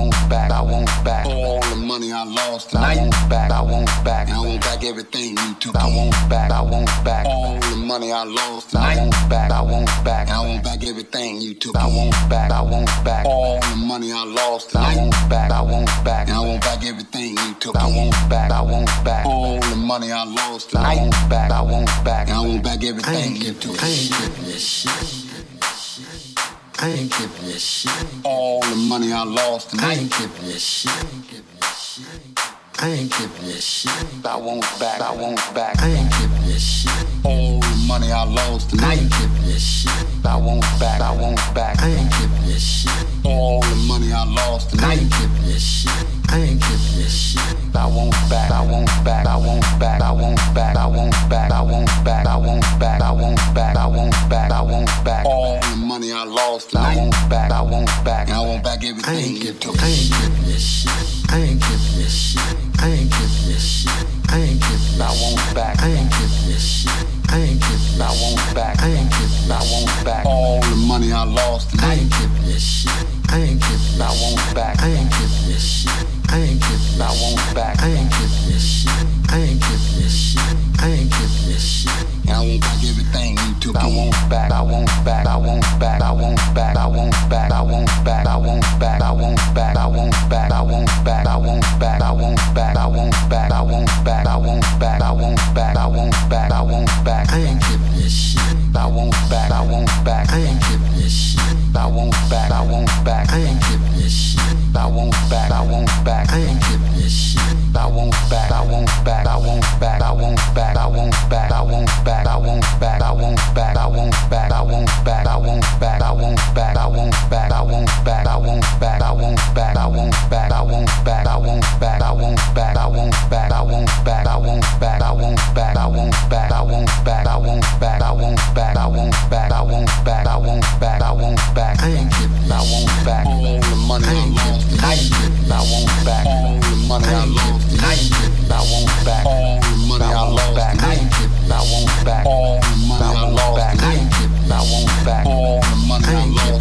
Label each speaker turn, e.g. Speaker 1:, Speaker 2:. Speaker 1: I want back. All the money I lost, I want back. I want back. I want back everything you took. I want back. I want back. All the money I lost, I want back. I want back. I want back everything you took. I want back. I want back. All the money I lost, I want back. I want back. I want back everything you took. I want back. I want back. All the money I lost, I want back. I want back. I want back everything you took. I ain't giving this shit. I ain't giving this shit. All the money I lost, and I ain't giving this shit. I ain't giving this shit. I won't back. I won't back. I ain't giving this shit. All the money I lost, and I ain't giving this shit. I won't back. I won't back. I ain't giving this shit. All the money I lost, and I ain't giving this shit. I ain't giving this shit. I won't back. I won't back. I won't back. I won't back. I won't back. I won't back. I won't back. I won't back. I won't back. I won't back. All the money I lost, and I won't back. I won't back. I won't back everything. I ain't giving this shit. I ain't giving this shit. I ain't giving this shit. I ain't giving. I won't back. I ain't giving this shit. I ain't giving. I won't back. I ain't giving. I won't back. All the money I lost, and I ain't giving this shit. I ain't giving. I won't back. I ain't giving this shit. I ain't giving. I won't back. I ain't giving this shit. I ain't giving this shit. I ain't giving this shit. I won't back everything you took. I won't back. I won't back. I won't back. I won't back. I won't back. I won't back. I won't back. I won't back. I won't back. I won't back. I won't back. I won't back. I won't back. I won't back. I won't back. I won't back. I won't back. I won't back. I ain't giving this shit. I won't back. I won't back. I ain't giving this shit. I won't back. I won't back. I ain't giving this shit. I won't back. I won't back. I ain't giving this shit. I won't back. I won't back. I won't back. I won't back. I won't back. I won't back. I won't back. I won't back. I won't back. I won't back. I won't back. I won't back. I won't back. I won't back. I won't back. I won't back. I won't back. I won't back. I won't back. I won't back. I won't back. I won't back. I won't back. I won't back. I won't back. I won't back. I won't back. I won't back. I won't back. I won't back. I won't back. I won't back. I ain't giving. I won't back. All the money I lost. I ain't giving. I won't back. All the money I lost. I ain't giving. I won't back. All the money I lost. I ain't giving. I won't back. All the money I lost. I ain't giving. I won't back. All the money I lost.